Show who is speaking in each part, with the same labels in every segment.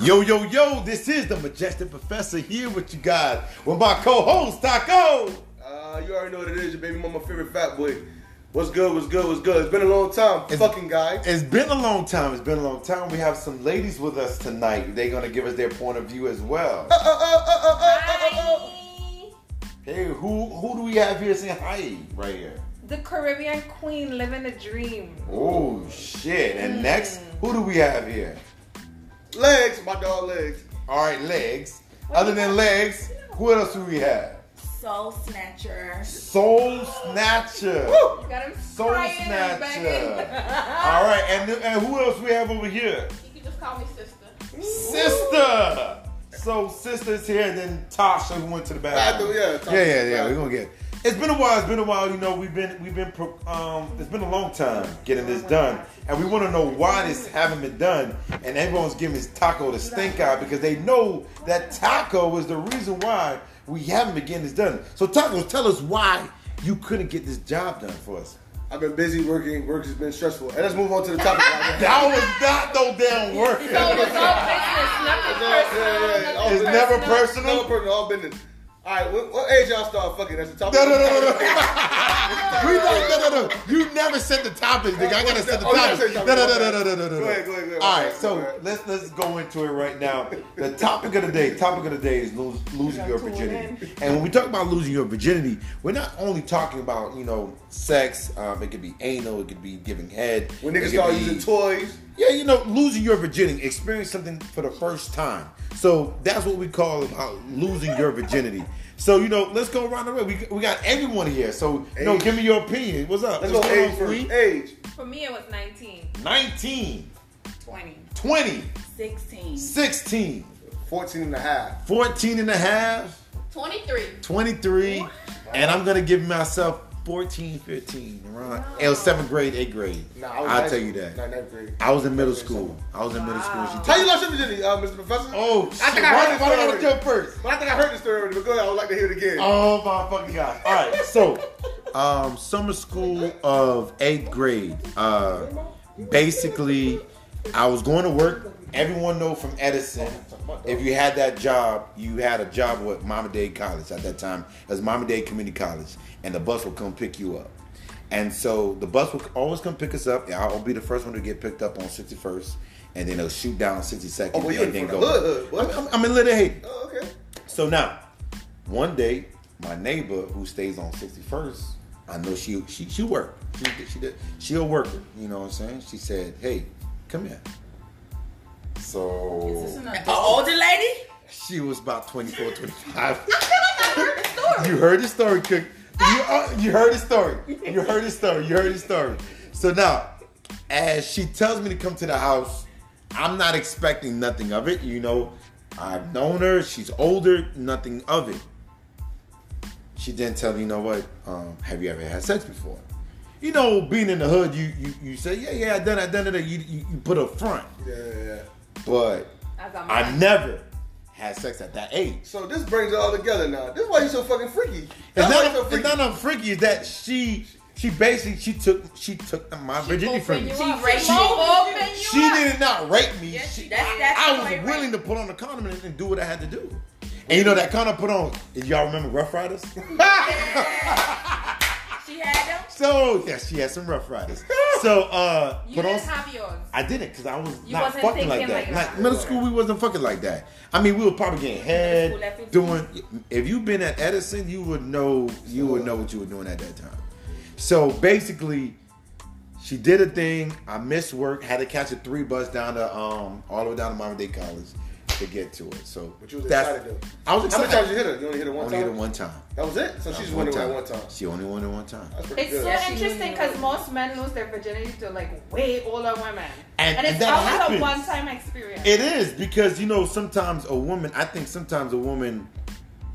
Speaker 1: Yo, yo, yo, this is the Majestic Professor here with you guys with my co host, Taco.
Speaker 2: Uh, you already know what it is, your baby mama favorite fat boy. What's good, what's good, what's good? It's been a long time,
Speaker 1: It's-
Speaker 2: fucking guy.
Speaker 1: It's been a long time. It's been a long time. We have some ladies with us tonight. They're going to give us their point of view as well.
Speaker 3: Hi.
Speaker 1: Hey, who who do we have here saying hi right here?
Speaker 3: The Caribbean queen living a dream.
Speaker 1: Oh, shit. And next, who do we have here?
Speaker 2: Legs, my dog legs.
Speaker 1: All right, legs. Other than legs, who else do we have?
Speaker 4: Soul Snatcher.
Speaker 1: Soul Snatcher.
Speaker 3: You got him
Speaker 1: Soul
Speaker 3: crying and
Speaker 1: Snatcher.
Speaker 3: begging.
Speaker 1: All right, and, and who else we have over here?
Speaker 5: You can just call me sister.
Speaker 1: Sister. So sister's here, and then Tasha who went to the bathroom.
Speaker 2: Bathroom, yeah, Tasha.
Speaker 1: Uh, yeah, yeah, yeah. We're gonna get. It's been a while. It's been a while. You know, we've been we've been pro- um. It's been a long time getting this done, and we want to know why this haven't been done. And everyone's giving this taco the stink eye because they know that taco is the reason why we haven't been getting this done. So taco, tell us why you couldn't get this job done for us.
Speaker 2: I've been busy working, work has been stressful. And let's move on to the topic. right now.
Speaker 1: That was not no damn work.
Speaker 3: So it's all
Speaker 2: Yeah, yeah, yeah.
Speaker 1: It's
Speaker 2: All
Speaker 3: business, nothing personal. nothing
Speaker 1: never personal.
Speaker 2: Another person, all business. Alright, what, what age y'all start fucking? That's the topic.
Speaker 1: No, no, no, no, no. We like, no, no, no. You never set the topic, nigga. I gotta set the
Speaker 2: Oh, you gotta
Speaker 1: topic.
Speaker 2: set
Speaker 1: No,
Speaker 2: the
Speaker 1: no,
Speaker 2: topic.
Speaker 1: no, no, no, no, no.
Speaker 2: Go ahead, go ahead, go ahead.
Speaker 1: All right,
Speaker 2: Go
Speaker 1: so
Speaker 2: ahead.
Speaker 1: let's let's go into it right now. The topic of the day, topic of the day is lose, losing your virginity. And when we talk about losing your virginity, we're not only talking about you know sex. Um, it could be anal, it could be giving head.
Speaker 2: When
Speaker 1: it
Speaker 2: niggas
Speaker 1: could
Speaker 2: start
Speaker 1: be-
Speaker 2: using toys.
Speaker 1: yeah, you know, losing your virginity, experience something for the first time. So that's what we call about losing your virginity. So you know, let's go around the room. We, we got everyone here. So you know,
Speaker 2: Age.
Speaker 1: give me your opinion. What's up?
Speaker 2: Let's go
Speaker 1: What's going
Speaker 2: age
Speaker 1: on,
Speaker 2: first.
Speaker 1: Sweet?
Speaker 2: Age.
Speaker 3: For me, it was 19.
Speaker 1: 19,
Speaker 4: 20.
Speaker 1: 20,
Speaker 4: 16.
Speaker 1: 16,
Speaker 2: 14 and a half.
Speaker 1: 14 and a half,
Speaker 5: 23.
Speaker 1: Oh. 23, and I'm gonna give myself 14, 15, around it was seventh grade, eighth grade.
Speaker 2: Nah, I was
Speaker 1: I'll
Speaker 2: ninth-
Speaker 1: tell you that.
Speaker 2: Nah, ninth grade.
Speaker 1: I was in middle school. I was in middle school. She
Speaker 2: How you lost your virginity, uh, Mr. Professor?
Speaker 1: oh, shit.
Speaker 2: I think I
Speaker 1: why,
Speaker 2: heard
Speaker 1: why did I
Speaker 2: this
Speaker 1: gotta jump first?
Speaker 2: But I think I heard the story already, but go ahead, I would like to hear it again.
Speaker 1: Oh my fucking god! All right, so um, summer school of eighth grade. Uh, basically, I was going to work. Everyone know from Edison. If you had that job, you had a job with Mama Dade College at that time. It was Mama Dade Community College, and the bus would come pick you up. And so the bus would always come pick us up. and I'll be the first one to get picked up on 61st, and then they'll shoot down 62nd.
Speaker 2: Oh, well, you
Speaker 1: and
Speaker 2: in
Speaker 1: then
Speaker 2: front
Speaker 1: go.
Speaker 2: of the hood, hood, what?
Speaker 1: I'm, I'm in Little Haiti.
Speaker 2: Oh, okay.
Speaker 1: So now, one day, my neighbor who stays on 61st, I know she she she worked. She did- she did she a worker, you know what I'm saying? She said, "Hey, come here." So
Speaker 4: An older lady?
Speaker 1: she was about 24, 25. you heard the story, Cook. You, uh, you heard the story. You heard the story. You heard the story. So now, as she tells me to come to the house, I'm not expecting nothing of it. You know, I've known her. She's older. Nothing of it. She then tell me, you know what? Um, have you ever had sex before? You know, being in the hood, you you, you say, yeah, yeah, I done, it, I done it. You, you you put a front,
Speaker 2: Yeah, yeah, yeah.
Speaker 1: but
Speaker 3: That's on
Speaker 1: I
Speaker 3: mine.
Speaker 1: never had sex at that age.
Speaker 2: So this brings it all together now. This is why you so fucking freaky.
Speaker 1: It's
Speaker 2: That's why you
Speaker 1: not,
Speaker 2: so freaky.
Speaker 1: it's not unfreaky. It's that she she basically she took she took my virginity from me.
Speaker 3: Open
Speaker 1: She,
Speaker 3: you up.
Speaker 4: raped
Speaker 3: She
Speaker 4: you.
Speaker 3: open you up.
Speaker 1: did not rape me. she,
Speaker 4: That's, that's
Speaker 1: I
Speaker 4: the way
Speaker 1: was
Speaker 4: it
Speaker 1: willing
Speaker 4: went.
Speaker 1: to put on the condom and, and do what I had to do. And you know that kind of put on. Y'all remember Rough Riders?
Speaker 4: She had them?
Speaker 1: so yes, she had some Rough Riders. So uh,
Speaker 3: You
Speaker 1: put on.
Speaker 3: didn't have yours.
Speaker 1: I didn't because I was
Speaker 3: You
Speaker 1: not
Speaker 3: wasn't
Speaker 1: fucking like
Speaker 3: thinking
Speaker 1: that.
Speaker 3: like
Speaker 1: Like,
Speaker 3: that.
Speaker 1: middle school, we wasn't fucking like that. I mean, we were probably getting
Speaker 4: school at
Speaker 1: head
Speaker 4: 15.
Speaker 1: doing. If you've been at Edison, you would know. You would know what you were doing at that time. So basically, she did a thing. I missed work. Had to catch a three bus down to um all the way down to Mama Day College to get to it. So
Speaker 2: But you was
Speaker 1: that's-
Speaker 2: excited though.
Speaker 1: I was
Speaker 2: How
Speaker 1: excited.
Speaker 2: many times you hit her? You only hit her one
Speaker 1: only
Speaker 2: time.
Speaker 1: hit her one time.
Speaker 2: That was it. So she just
Speaker 1: One
Speaker 2: went away
Speaker 1: time.
Speaker 2: one time.
Speaker 1: She only won it one time.
Speaker 2: That's pretty
Speaker 3: It's
Speaker 2: good.
Speaker 3: so
Speaker 4: Yeah, she-
Speaker 3: interesting because most men lose their virginity to like way older women.
Speaker 1: And- and
Speaker 3: it's
Speaker 1: that
Speaker 3: always
Speaker 1: happens.
Speaker 3: a one time experience.
Speaker 1: It is because you know sometimes a woman. I think sometimes a woman,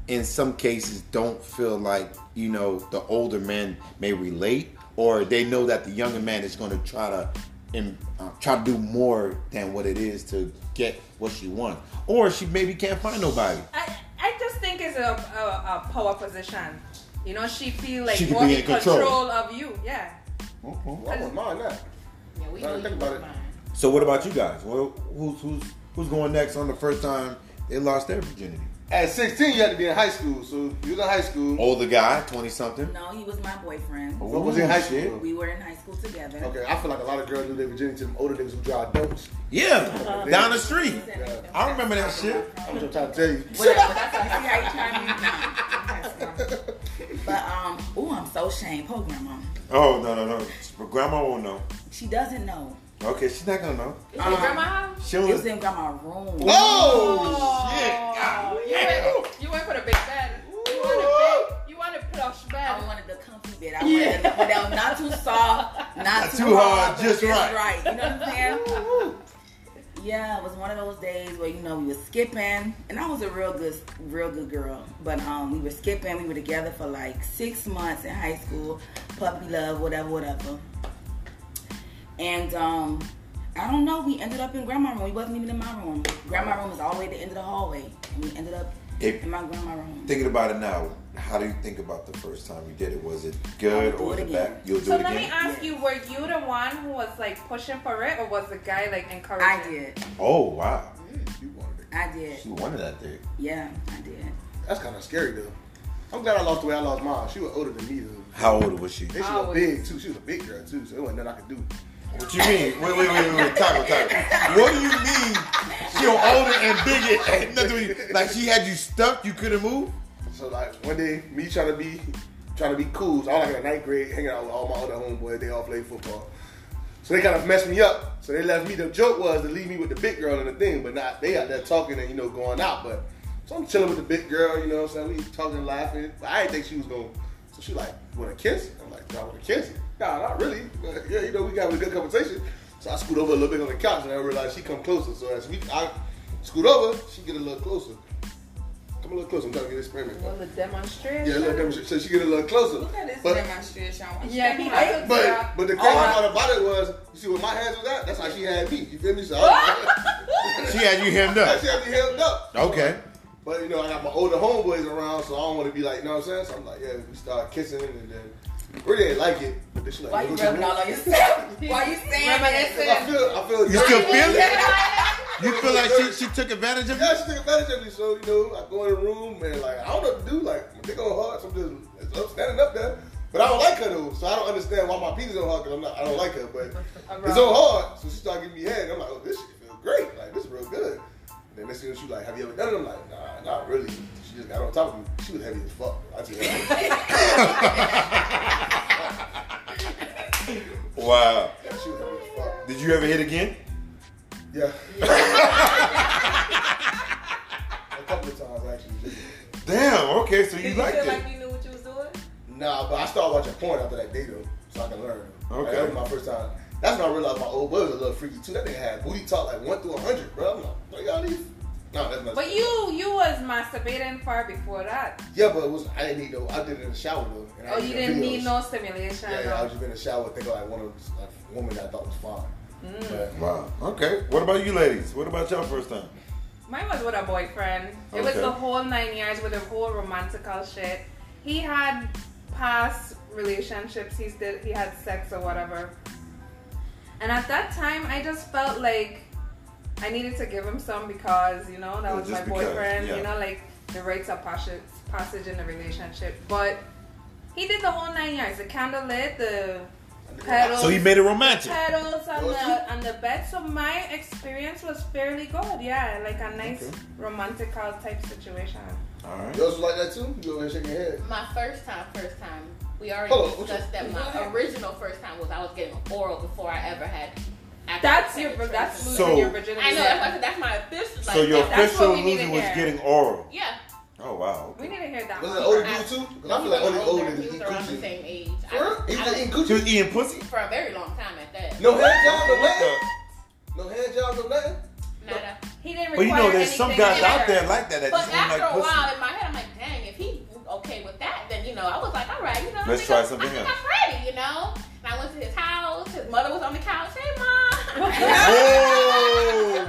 Speaker 1: in some cases, don't feel like you know the older men may relate, or they know that the younger man is going to try to, and uh, try to do more than what it is to get what she wants, or she maybe can't find nobody.
Speaker 3: I, I just think it's a, a, a power position. You know, she feel like
Speaker 1: She could
Speaker 3: more
Speaker 1: be in
Speaker 3: in control.
Speaker 1: control.
Speaker 3: of you. Yeah.
Speaker 2: Well, I wouldn't mind that.
Speaker 4: Yeah, we
Speaker 2: Now
Speaker 4: know
Speaker 2: think
Speaker 4: you
Speaker 2: about
Speaker 4: about
Speaker 2: it.
Speaker 4: it.
Speaker 1: So what about you guys? Well, who's who's who's going next on the first time they lost their virginity.
Speaker 2: At 16, you had to be in high school, so you was in high school.
Speaker 1: Older guy, twenty something.
Speaker 4: No, he was my boyfriend.
Speaker 2: Oh, What was in high school?
Speaker 4: We were in high school together.
Speaker 1: Oh.
Speaker 2: Okay, I feel like a lot of girls knew their virginity to them older niggas who drive dogs.
Speaker 1: Yeah, down the street. I remember that shit.
Speaker 2: I'm just trying to tell you.
Speaker 4: Whatever. That's how you see how you try me. Nah. But um, ooh, I'm so ashamed. Poor grandma.
Speaker 1: Oh no no no, but grandma won't know.
Speaker 4: She doesn't know.
Speaker 1: Okay, she's not gonna know.
Speaker 5: Is your grandma house?
Speaker 1: She'll.
Speaker 4: It was in grandma's room.
Speaker 1: oh
Speaker 5: Oh,
Speaker 1: shit! God
Speaker 5: you
Speaker 1: damn.
Speaker 5: went- You went for the big bed. You want a big, you want a plush
Speaker 4: I
Speaker 5: bed.
Speaker 4: wanted the comfy bed. I wanted the one that was not too soft, not,
Speaker 1: Not
Speaker 4: too,
Speaker 1: too hard,
Speaker 4: but
Speaker 1: just right.
Speaker 4: You know what I'm saying? yeah, it was one of those days where you know we were skipping, and I was a real good, real good girl. But um, we were skipping. We were together for like six months in high school, puppy love, whatever, whatever. And um, I don't know. We ended up in grandma room. We wasn't even in my room. Grandma room was all the way at the end of the hallway, and we ended up
Speaker 1: If-
Speaker 4: in my grandma room.
Speaker 1: Thinking about it now, how do you think about the first time you did it? Was it good
Speaker 4: I'll do
Speaker 1: or was
Speaker 4: it
Speaker 1: it
Speaker 4: again.
Speaker 1: bad? You'll do
Speaker 3: So
Speaker 1: it
Speaker 3: let me
Speaker 1: again.
Speaker 3: ask you, were you the one who was like pushing for it, or was the guy like encouraging?
Speaker 4: I did.
Speaker 1: Oh wow,
Speaker 2: You wanted it.
Speaker 4: I did.
Speaker 1: she wanted that thing.
Speaker 4: Yeah, I did.
Speaker 2: That's kind of scary though. I'm glad I lost the way I lost mine. She was older than me though.
Speaker 1: How old was she?
Speaker 2: And she
Speaker 3: I
Speaker 2: was
Speaker 3: was-
Speaker 2: big too. She was a big girl too, so it wasn't nothing I could do.
Speaker 1: What you mean? Wait, wait, wait, wait, wait. Taco, Taco. What do you mean? She was older and bigger. and nothing with you- Like she had you stuck, you couldn't move.
Speaker 2: So like one day, me trying to be trying to be cool. So I was like in the ninth grade, hanging out with all my other homeboys. They all played football. So they kind of messed me up. So they left me. The joke was to leave me with the big girl and the thing, but not they out there talking and you know going out. But so I'm chilling with the big girl. You know what I'm saying? We talking, laughing. But I didn't think she was going. So she like, want a kiss? I'm like, do I want a kiss? Nah, not really. But yeah, you know we got a good conversation. So I scoot over a little bit on the couch and I realized she come closer. So as we I scoot over, she get a little closer. Come a little closer. I'm trying to get this experiment.
Speaker 3: Was it demonstration?
Speaker 2: Yeah, look, them, so she get a little closer.
Speaker 4: Look at this
Speaker 2: But,
Speaker 4: demonstration.
Speaker 3: Yeah, he was.
Speaker 2: but, but the crazy part about it was, you see, where my hands was at, that's how she had me. You feel me? So I
Speaker 1: She had you hemmed
Speaker 2: was,
Speaker 1: up.
Speaker 2: she had me held up.
Speaker 1: Okay.
Speaker 2: But you know, I got my older homeboys around, so I don't want to be like, you know what I'm saying? So I'm like, yeah, we start kissing, and then really didn't like it. But then she like,
Speaker 4: Why you
Speaker 2: "What
Speaker 4: rubbing
Speaker 2: mean?"
Speaker 4: all on yourself? Why you saying
Speaker 3: Reminiscing.
Speaker 2: I
Speaker 4: that?
Speaker 2: feel, I feel.
Speaker 1: You still feel it?
Speaker 5: Yeah.
Speaker 1: You feel like she, she took advantage of
Speaker 2: Yeah,
Speaker 1: you?
Speaker 2: she took advantage of me. So you know, I go in the room and like I don't know what to do. Like my dick on hard, so I'm just I'm standing up there. But I don't like her though, so I don't understand why my penis on hard because I'm not I don't like her. But it's on hard, so she started giving me head. I'm like, oh, this shit feel great. Like this is real good. And then next thing she like, have you ever done it? I'm like, nah, not really. She just got on top of me. She was heavy as fuck. I tell you. that.
Speaker 1: Wow.
Speaker 2: she was heavy as fuck.
Speaker 1: Did you ever hit again?
Speaker 2: Yeah. A couple of times actually.
Speaker 1: Damn. Okay, so you
Speaker 5: Did you
Speaker 1: liked it.
Speaker 5: feel like you knew what you was doing?
Speaker 2: Nah, but I started watching porn after that day though, so I can learn.
Speaker 1: Okay.
Speaker 2: Like, that was my first time. That's when I realized my old boy was a little freaky too. That nigga had booty talk like one through a hundred, bro. I'm like, what y'all need? No, that's not.
Speaker 3: But you you was masturbating far before that.
Speaker 2: Yeah, but it was I didn't need no. I did it in the shower though. and I
Speaker 3: Oh,
Speaker 2: did
Speaker 3: you
Speaker 2: the
Speaker 3: didn't
Speaker 2: videos.
Speaker 3: need no stimulation.
Speaker 2: Yeah, yeah. I
Speaker 3: no.
Speaker 2: was just in the shower thinking like one of like, a woman that I thought was fine. But
Speaker 1: Wow. Okay. What about you ladies? What about y'all first time?
Speaker 3: Mine was with a boyfriend. It was
Speaker 1: Okay.
Speaker 3: the whole nine yards with the whole romantical shit. He had past relationships. He's did he had sex or whatever. And at that time, I just felt like I needed to give him some because you know that
Speaker 1: Oh,
Speaker 3: was my
Speaker 1: just because,
Speaker 3: boyfriend.
Speaker 1: yeah.
Speaker 3: You know, like the rites of passage passage in the relationship. But he did the whole nine yards. The candle lit. The pedals.
Speaker 1: So he made it romantic.
Speaker 3: Petals on
Speaker 2: Was
Speaker 3: the on the bed. So my experience was fairly good. Yeah, like a nice
Speaker 1: Okay.
Speaker 3: romantic type situation.
Speaker 1: All right.
Speaker 2: yours was like that too. You over there shaking your head.
Speaker 5: My first time, first time. We already
Speaker 2: Hold on, what
Speaker 5: discussed that my original first time was I was getting oral before I ever had. actual
Speaker 3: That's your
Speaker 5: penetration.
Speaker 3: that's losing
Speaker 1: So-
Speaker 3: your virginity.
Speaker 5: I know that's, why I said that's my official. Like,
Speaker 1: So your
Speaker 5: that's
Speaker 1: official
Speaker 5: what we need to
Speaker 1: illusion was
Speaker 5: hear.
Speaker 1: getting oral.
Speaker 5: Yeah.
Speaker 1: Oh wow.
Speaker 3: we need to hear that.
Speaker 2: Was it an older
Speaker 3: one.
Speaker 2: dude too? Because I feel like only
Speaker 5: was
Speaker 2: older
Speaker 5: older.
Speaker 2: than
Speaker 5: He was around the
Speaker 2: coochie.
Speaker 5: same age.
Speaker 2: For real? He
Speaker 5: I,
Speaker 2: was eating
Speaker 5: I,
Speaker 1: She was
Speaker 2: coochie.
Speaker 1: eating pussy.
Speaker 5: for a very long time at that.
Speaker 2: No hand job, no
Speaker 1: What
Speaker 2: nothing.
Speaker 1: the-
Speaker 2: No hand job, no nothing.
Speaker 5: Nada.
Speaker 3: He didn't require
Speaker 1: Well, you know, there's
Speaker 3: anything
Speaker 1: some guys
Speaker 5: in
Speaker 3: either.
Speaker 1: out there like that that
Speaker 5: But
Speaker 1: just don't
Speaker 5: after
Speaker 1: like
Speaker 5: a
Speaker 1: pussy.
Speaker 5: while, in my head, I'm like, dang, if he okay with that, then you know, I was like, all right, you know, I
Speaker 1: Let's
Speaker 5: think
Speaker 1: try
Speaker 5: I'm-
Speaker 1: something
Speaker 5: I think
Speaker 1: else.
Speaker 5: I'm ready, you know. And I went to his house. His mother was on the couch. Hey, mom.
Speaker 1: Whoa.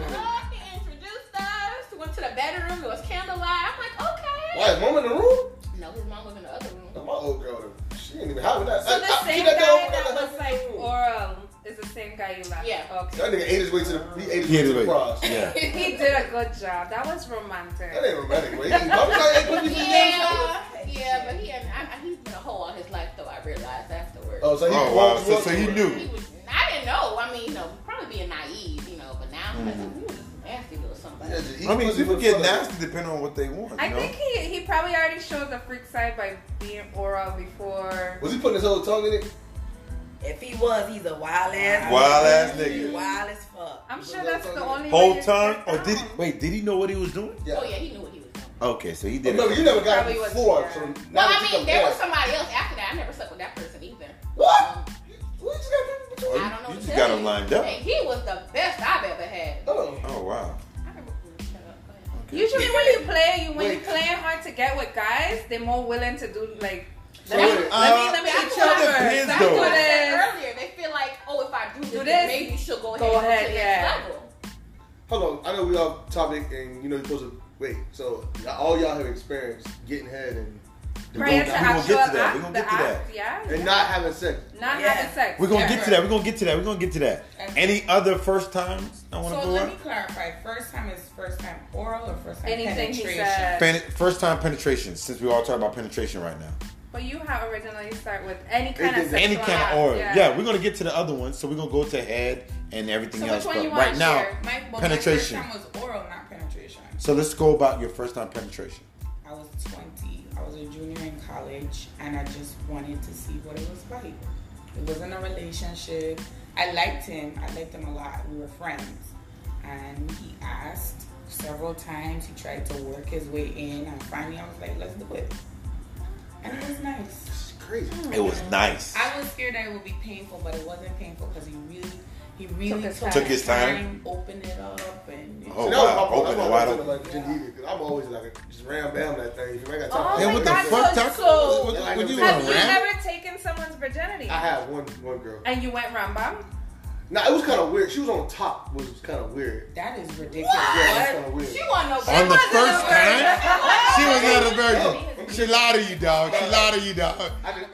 Speaker 5: He introduced us. Went to the bedroom. There was candlelight. I'm like, okay.
Speaker 2: Why is mom in the room?
Speaker 5: No, his mom was in the other room.
Speaker 1: Oh.
Speaker 2: No, my old girl, she ain't even having that.
Speaker 3: So the
Speaker 2: I- I- she
Speaker 3: same guy
Speaker 2: got that old
Speaker 3: that
Speaker 2: girl
Speaker 3: was
Speaker 2: that had
Speaker 3: like
Speaker 2: me.
Speaker 3: oral is the same guy you left.
Speaker 5: Yeah.
Speaker 3: Okay.
Speaker 2: That nigga ate his way to the he ate his
Speaker 1: He
Speaker 2: way
Speaker 1: ate
Speaker 2: to
Speaker 1: his
Speaker 2: the
Speaker 1: way.
Speaker 2: cross. That
Speaker 1: Yeah.
Speaker 3: He did a good job. That was romantic.
Speaker 2: ain't romantic. Way. I'm trying to eat
Speaker 5: Yeah, yeah, but he and I, I- he's been a hoe all his life, though. I realized afterwards.
Speaker 2: Oh, so he
Speaker 1: Oh, wow.
Speaker 2: walked
Speaker 1: So, so he
Speaker 2: you up
Speaker 1: knew.
Speaker 5: He was, I didn't know. I mean, you know, probably being naive, you know. But now I'm like,
Speaker 1: Mm.
Speaker 5: ooh, he's nasty little somebody.
Speaker 2: Yeah, just eat
Speaker 1: I mean,
Speaker 2: pussy
Speaker 1: people
Speaker 2: with
Speaker 1: get
Speaker 2: fuck.
Speaker 1: nasty depending on what they want. You
Speaker 3: I
Speaker 1: know?
Speaker 3: think he, he probably already showed the freak side by being oral before.
Speaker 2: Was he putting his whole tongue in it?
Speaker 4: If he was, he's a wild ass.
Speaker 1: Wild ass
Speaker 4: He
Speaker 1: nigga.
Speaker 4: wild as fuck.
Speaker 3: I'm sure that's the only way
Speaker 1: Whole
Speaker 3: you
Speaker 1: time,
Speaker 3: get
Speaker 1: or Oh, did he,
Speaker 3: down.
Speaker 1: wait? Did he know what he was doing? Oh,
Speaker 2: Yeah.
Speaker 5: Oh yeah, he knew what he was doing.
Speaker 1: Okay, so he did.
Speaker 2: Remember,
Speaker 1: it.
Speaker 2: you never got
Speaker 3: Probably
Speaker 2: it
Speaker 3: was-
Speaker 2: before.
Speaker 3: yeah.
Speaker 2: So now
Speaker 5: Well,
Speaker 2: that
Speaker 5: I
Speaker 2: you
Speaker 5: mean, there
Speaker 2: compare-
Speaker 5: was somebody else after that. I never slept with that person either.
Speaker 2: What?
Speaker 5: Um,
Speaker 2: We just got people
Speaker 1: Oh,
Speaker 5: I
Speaker 1: you-
Speaker 5: don't know.
Speaker 1: you
Speaker 5: what to
Speaker 1: just
Speaker 5: tell
Speaker 1: got him lined up.
Speaker 5: And he was the best I've ever had. I
Speaker 2: Oh.
Speaker 1: Oh wow.
Speaker 5: remember. Shut up, go ahead.
Speaker 3: Usually when you play, you when you
Speaker 2: Wait.
Speaker 3: play hard to get with guys, they're more willing to do like.
Speaker 2: So
Speaker 3: let, me,
Speaker 2: wait.
Speaker 3: let me
Speaker 1: Uh,
Speaker 3: let me
Speaker 5: that
Speaker 3: eat your
Speaker 1: depends,
Speaker 3: first.
Speaker 5: That's
Speaker 3: Let's do
Speaker 1: though.
Speaker 5: what I
Speaker 3: this.
Speaker 5: said earlier. They feel like, oh, if I do this,
Speaker 3: Do
Speaker 5: then
Speaker 3: this.
Speaker 5: maybe she'll go ahead.
Speaker 3: Go
Speaker 5: and
Speaker 3: ahead,
Speaker 5: to the
Speaker 3: yeah.
Speaker 5: next level.
Speaker 2: Hold on, I know we off topic, and you know you're supposed to wait. So y'all- all y'all have experienced getting head and
Speaker 3: Prior
Speaker 1: we
Speaker 3: to
Speaker 1: gonna get
Speaker 3: actual
Speaker 1: to that. We
Speaker 3: act,
Speaker 1: gonna
Speaker 3: the
Speaker 1: get to that.
Speaker 3: act, yeah,
Speaker 2: and
Speaker 3: yeah.
Speaker 2: not having sex.
Speaker 3: Not
Speaker 4: Yeah.
Speaker 3: having sex.
Speaker 1: We're gonna
Speaker 3: yeah.
Speaker 1: get to that. We're gonna get to that. We're gonna get to that.
Speaker 6: Okay.
Speaker 1: Any other first times? I want to
Speaker 6: So
Speaker 1: go
Speaker 6: let
Speaker 1: out.
Speaker 6: me clarify. First time is first time oral or first time
Speaker 3: Anything he
Speaker 6: penetration?
Speaker 3: said.
Speaker 1: Pen- first time penetration. Since we all talk about penetration right now,
Speaker 3: But you have originally start with any kind of
Speaker 2: did.
Speaker 3: sexual
Speaker 1: any kind
Speaker 3: act,
Speaker 1: of oil. Yeah. we're gonna get to the other ones. So we're gonna go to head and everything
Speaker 3: So which
Speaker 1: else.
Speaker 3: one
Speaker 1: but
Speaker 3: you wanna
Speaker 1: right now,
Speaker 3: share?
Speaker 6: My, well,
Speaker 1: Penetration.
Speaker 6: my first time was oral, not penetration.
Speaker 1: so let's go about your first time penetration.
Speaker 6: I was 20. I was a junior in college, and I just wanted to see what it was like. It wasn't a relationship. I liked him. I liked him a lot. We were friends. And he asked several times. He tried to work his way in. And finally, I was like, let's do it. And it was nice.
Speaker 2: It's crazy.
Speaker 5: Hmm.
Speaker 1: It was nice.
Speaker 6: I was scared that it would be painful, but it wasn't painful because he really, he really
Speaker 3: his
Speaker 6: took,
Speaker 3: time.
Speaker 1: Took his time.
Speaker 6: opened it up, and
Speaker 1: Oh,
Speaker 2: See, that
Speaker 1: wow.
Speaker 2: was my fault.
Speaker 1: Open
Speaker 2: That's
Speaker 1: it
Speaker 2: why I
Speaker 1: wide
Speaker 2: was
Speaker 1: open.
Speaker 2: like Geneva, 'cause I'm always like just ram bam that thing. If I got
Speaker 3: Oh
Speaker 2: time.
Speaker 1: Hey,
Speaker 3: my
Speaker 1: what the
Speaker 3: God,
Speaker 1: fuck,
Speaker 3: so
Speaker 1: Taco?
Speaker 3: cool.
Speaker 1: What, what, what you
Speaker 2: Have
Speaker 1: want,
Speaker 3: Have you
Speaker 1: Ram?
Speaker 3: ever taken someone's virginity?
Speaker 2: I had one one girl.
Speaker 3: and you went Rambam?
Speaker 2: Now it was kind of weird. She was on top, which was kind of weird.
Speaker 6: that is ridiculous.
Speaker 2: Yeah, that's kind of weird.
Speaker 5: She want no.
Speaker 1: On the first time, she was not a
Speaker 2: Oh.
Speaker 1: virgin. She lied to you, dog. She lied to you, dog.
Speaker 2: I just,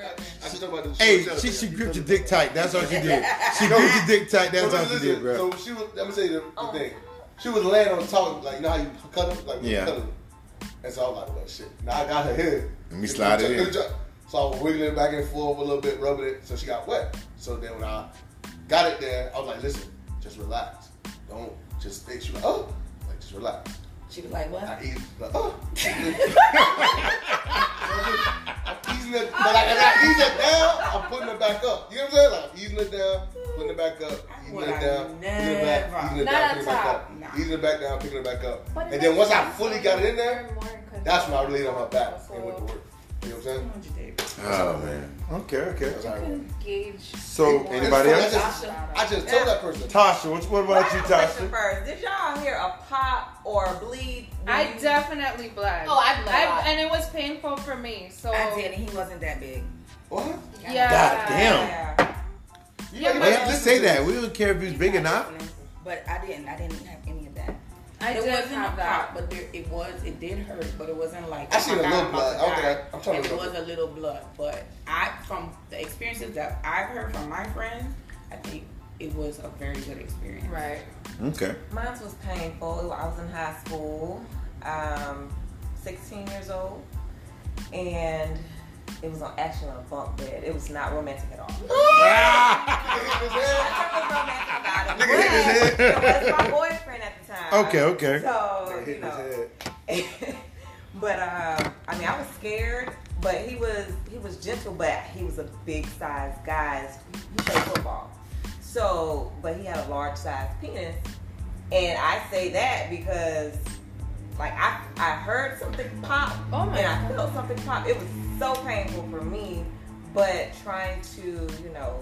Speaker 2: I, I just talk about this.
Speaker 1: Hey,
Speaker 2: show.
Speaker 1: she, she gripped your dick tight. That's all she did. She gripped your dick tight. That's all she did, bro.
Speaker 2: So she was. Let me tell you the, the
Speaker 5: Oh.
Speaker 2: thing. She was laying on top, like you know how you cut them, like
Speaker 1: Yeah.
Speaker 2: yeah. cut them. And so I was like, well, shit. Now I got her here.
Speaker 1: Let me slide it in.
Speaker 2: So I was wiggling back and forth a little bit, rubbing it. So she got wet. So then when I got it there, I was like, listen, just relax. Don't just think. She was like, oh, like just relax.
Speaker 4: She was like, what?
Speaker 2: I eat. Like, oh. I'm easing it, but like, if I ease it down, I'm putting it back up. You know what I'm saying? Like, I'm easing it down, putting it back up, easing
Speaker 4: Well,
Speaker 2: it down, putting it
Speaker 4: never.
Speaker 2: back, easing it
Speaker 3: Not
Speaker 2: down,
Speaker 3: on
Speaker 2: putting it back
Speaker 3: top.
Speaker 2: up,
Speaker 6: Nah.
Speaker 2: easing it back down, picking it back up. And then once I fully got it in there, that's when I laid on her back and went to work. You know what I'm saying?
Speaker 1: Oh man. Okay, okay.
Speaker 2: That's how it worked.
Speaker 3: Gauge.
Speaker 1: So anybody
Speaker 2: That's-
Speaker 1: else?
Speaker 2: that's just- I just told that person.
Speaker 1: Tasha, what, what about you,
Speaker 7: question
Speaker 1: Tasha?
Speaker 7: first. Did y'all hear a pop or a bleed? when
Speaker 3: I
Speaker 7: you-
Speaker 3: definitely bled.
Speaker 5: Oh, I bled.
Speaker 3: I- and it was painful for me. So
Speaker 4: I did, and he wasn't that big.
Speaker 2: What?
Speaker 3: Yeah.
Speaker 1: God damn.
Speaker 7: Yeah.
Speaker 2: You
Speaker 3: Yeah,
Speaker 2: know,
Speaker 1: Why
Speaker 2: you
Speaker 1: you have to
Speaker 2: listen
Speaker 1: say
Speaker 2: to
Speaker 1: that?
Speaker 2: this.
Speaker 1: We don't care if he's big or not.
Speaker 4: But I didn't. I didn't have any of that.
Speaker 3: I
Speaker 6: There
Speaker 3: did
Speaker 6: wasn't
Speaker 3: have
Speaker 6: a
Speaker 3: that.
Speaker 6: pop, but there, it was. It did hurt, but it wasn't like.
Speaker 2: I seen
Speaker 6: my
Speaker 2: a
Speaker 6: God,
Speaker 2: little
Speaker 6: I'm about
Speaker 2: blood.
Speaker 6: to
Speaker 2: I don't
Speaker 6: die.
Speaker 2: think I- I'm trying to
Speaker 6: And it
Speaker 2: remember.
Speaker 6: was a little blood, but I, from the experiences that I've heard from my friends, I think it was a very good experience.
Speaker 3: Right.
Speaker 1: Okay.
Speaker 7: Mine was painful. I was in high school, um, 16 years old, and it was on actually on a bunk bed. It was not romantic at all. I
Speaker 2: Nigga hit his head.
Speaker 7: was romantic about it. But it was my boyfriend at the time.
Speaker 1: Okay, okay.
Speaker 7: So,
Speaker 2: Nigga
Speaker 7: you
Speaker 2: hit his
Speaker 7: know.
Speaker 2: head.
Speaker 7: but uh, I mean, I was scared, but he was he was gentle, but he was a big size guy. He played football, so but he had a large size penis, and I say that because like I I heard something pop,
Speaker 3: Oh my
Speaker 7: and I felt something pop. It was so painful for me, but trying to you know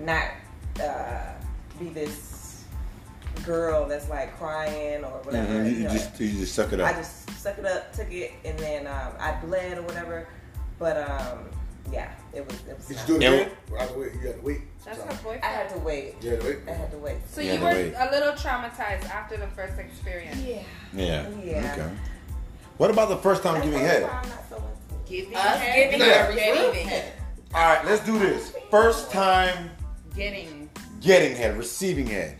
Speaker 7: not uh, be this girl that's like crying or whatever.
Speaker 1: Mhm,
Speaker 7: you
Speaker 1: You
Speaker 7: know.
Speaker 1: just you just suck it
Speaker 7: I
Speaker 1: up.
Speaker 7: just suck it up, took it, and then um, I bled or whatever. But um, yeah, it was. It was
Speaker 2: Did you
Speaker 7: not-
Speaker 2: do it
Speaker 1: Yeah.
Speaker 2: again? Well, I had to wait. You had to wait.
Speaker 3: That's
Speaker 2: So-
Speaker 3: her boyfriend.
Speaker 7: I had to wait.
Speaker 2: You had to wait.
Speaker 7: I had to wait.
Speaker 3: so
Speaker 1: Yeah,
Speaker 3: you
Speaker 1: no
Speaker 3: were
Speaker 1: way.
Speaker 3: a little traumatized after the first experience.
Speaker 7: Yeah.
Speaker 1: Yeah.
Speaker 7: Yeah.
Speaker 1: Okay. What about the first time giving head? All
Speaker 7: I'm not so into it.
Speaker 4: Giving
Speaker 6: Us
Speaker 4: head,
Speaker 6: giving
Speaker 4: or
Speaker 6: head.
Speaker 4: receiving head.
Speaker 1: right, let's do this. First time
Speaker 6: Getting
Speaker 1: getting head, receiving head.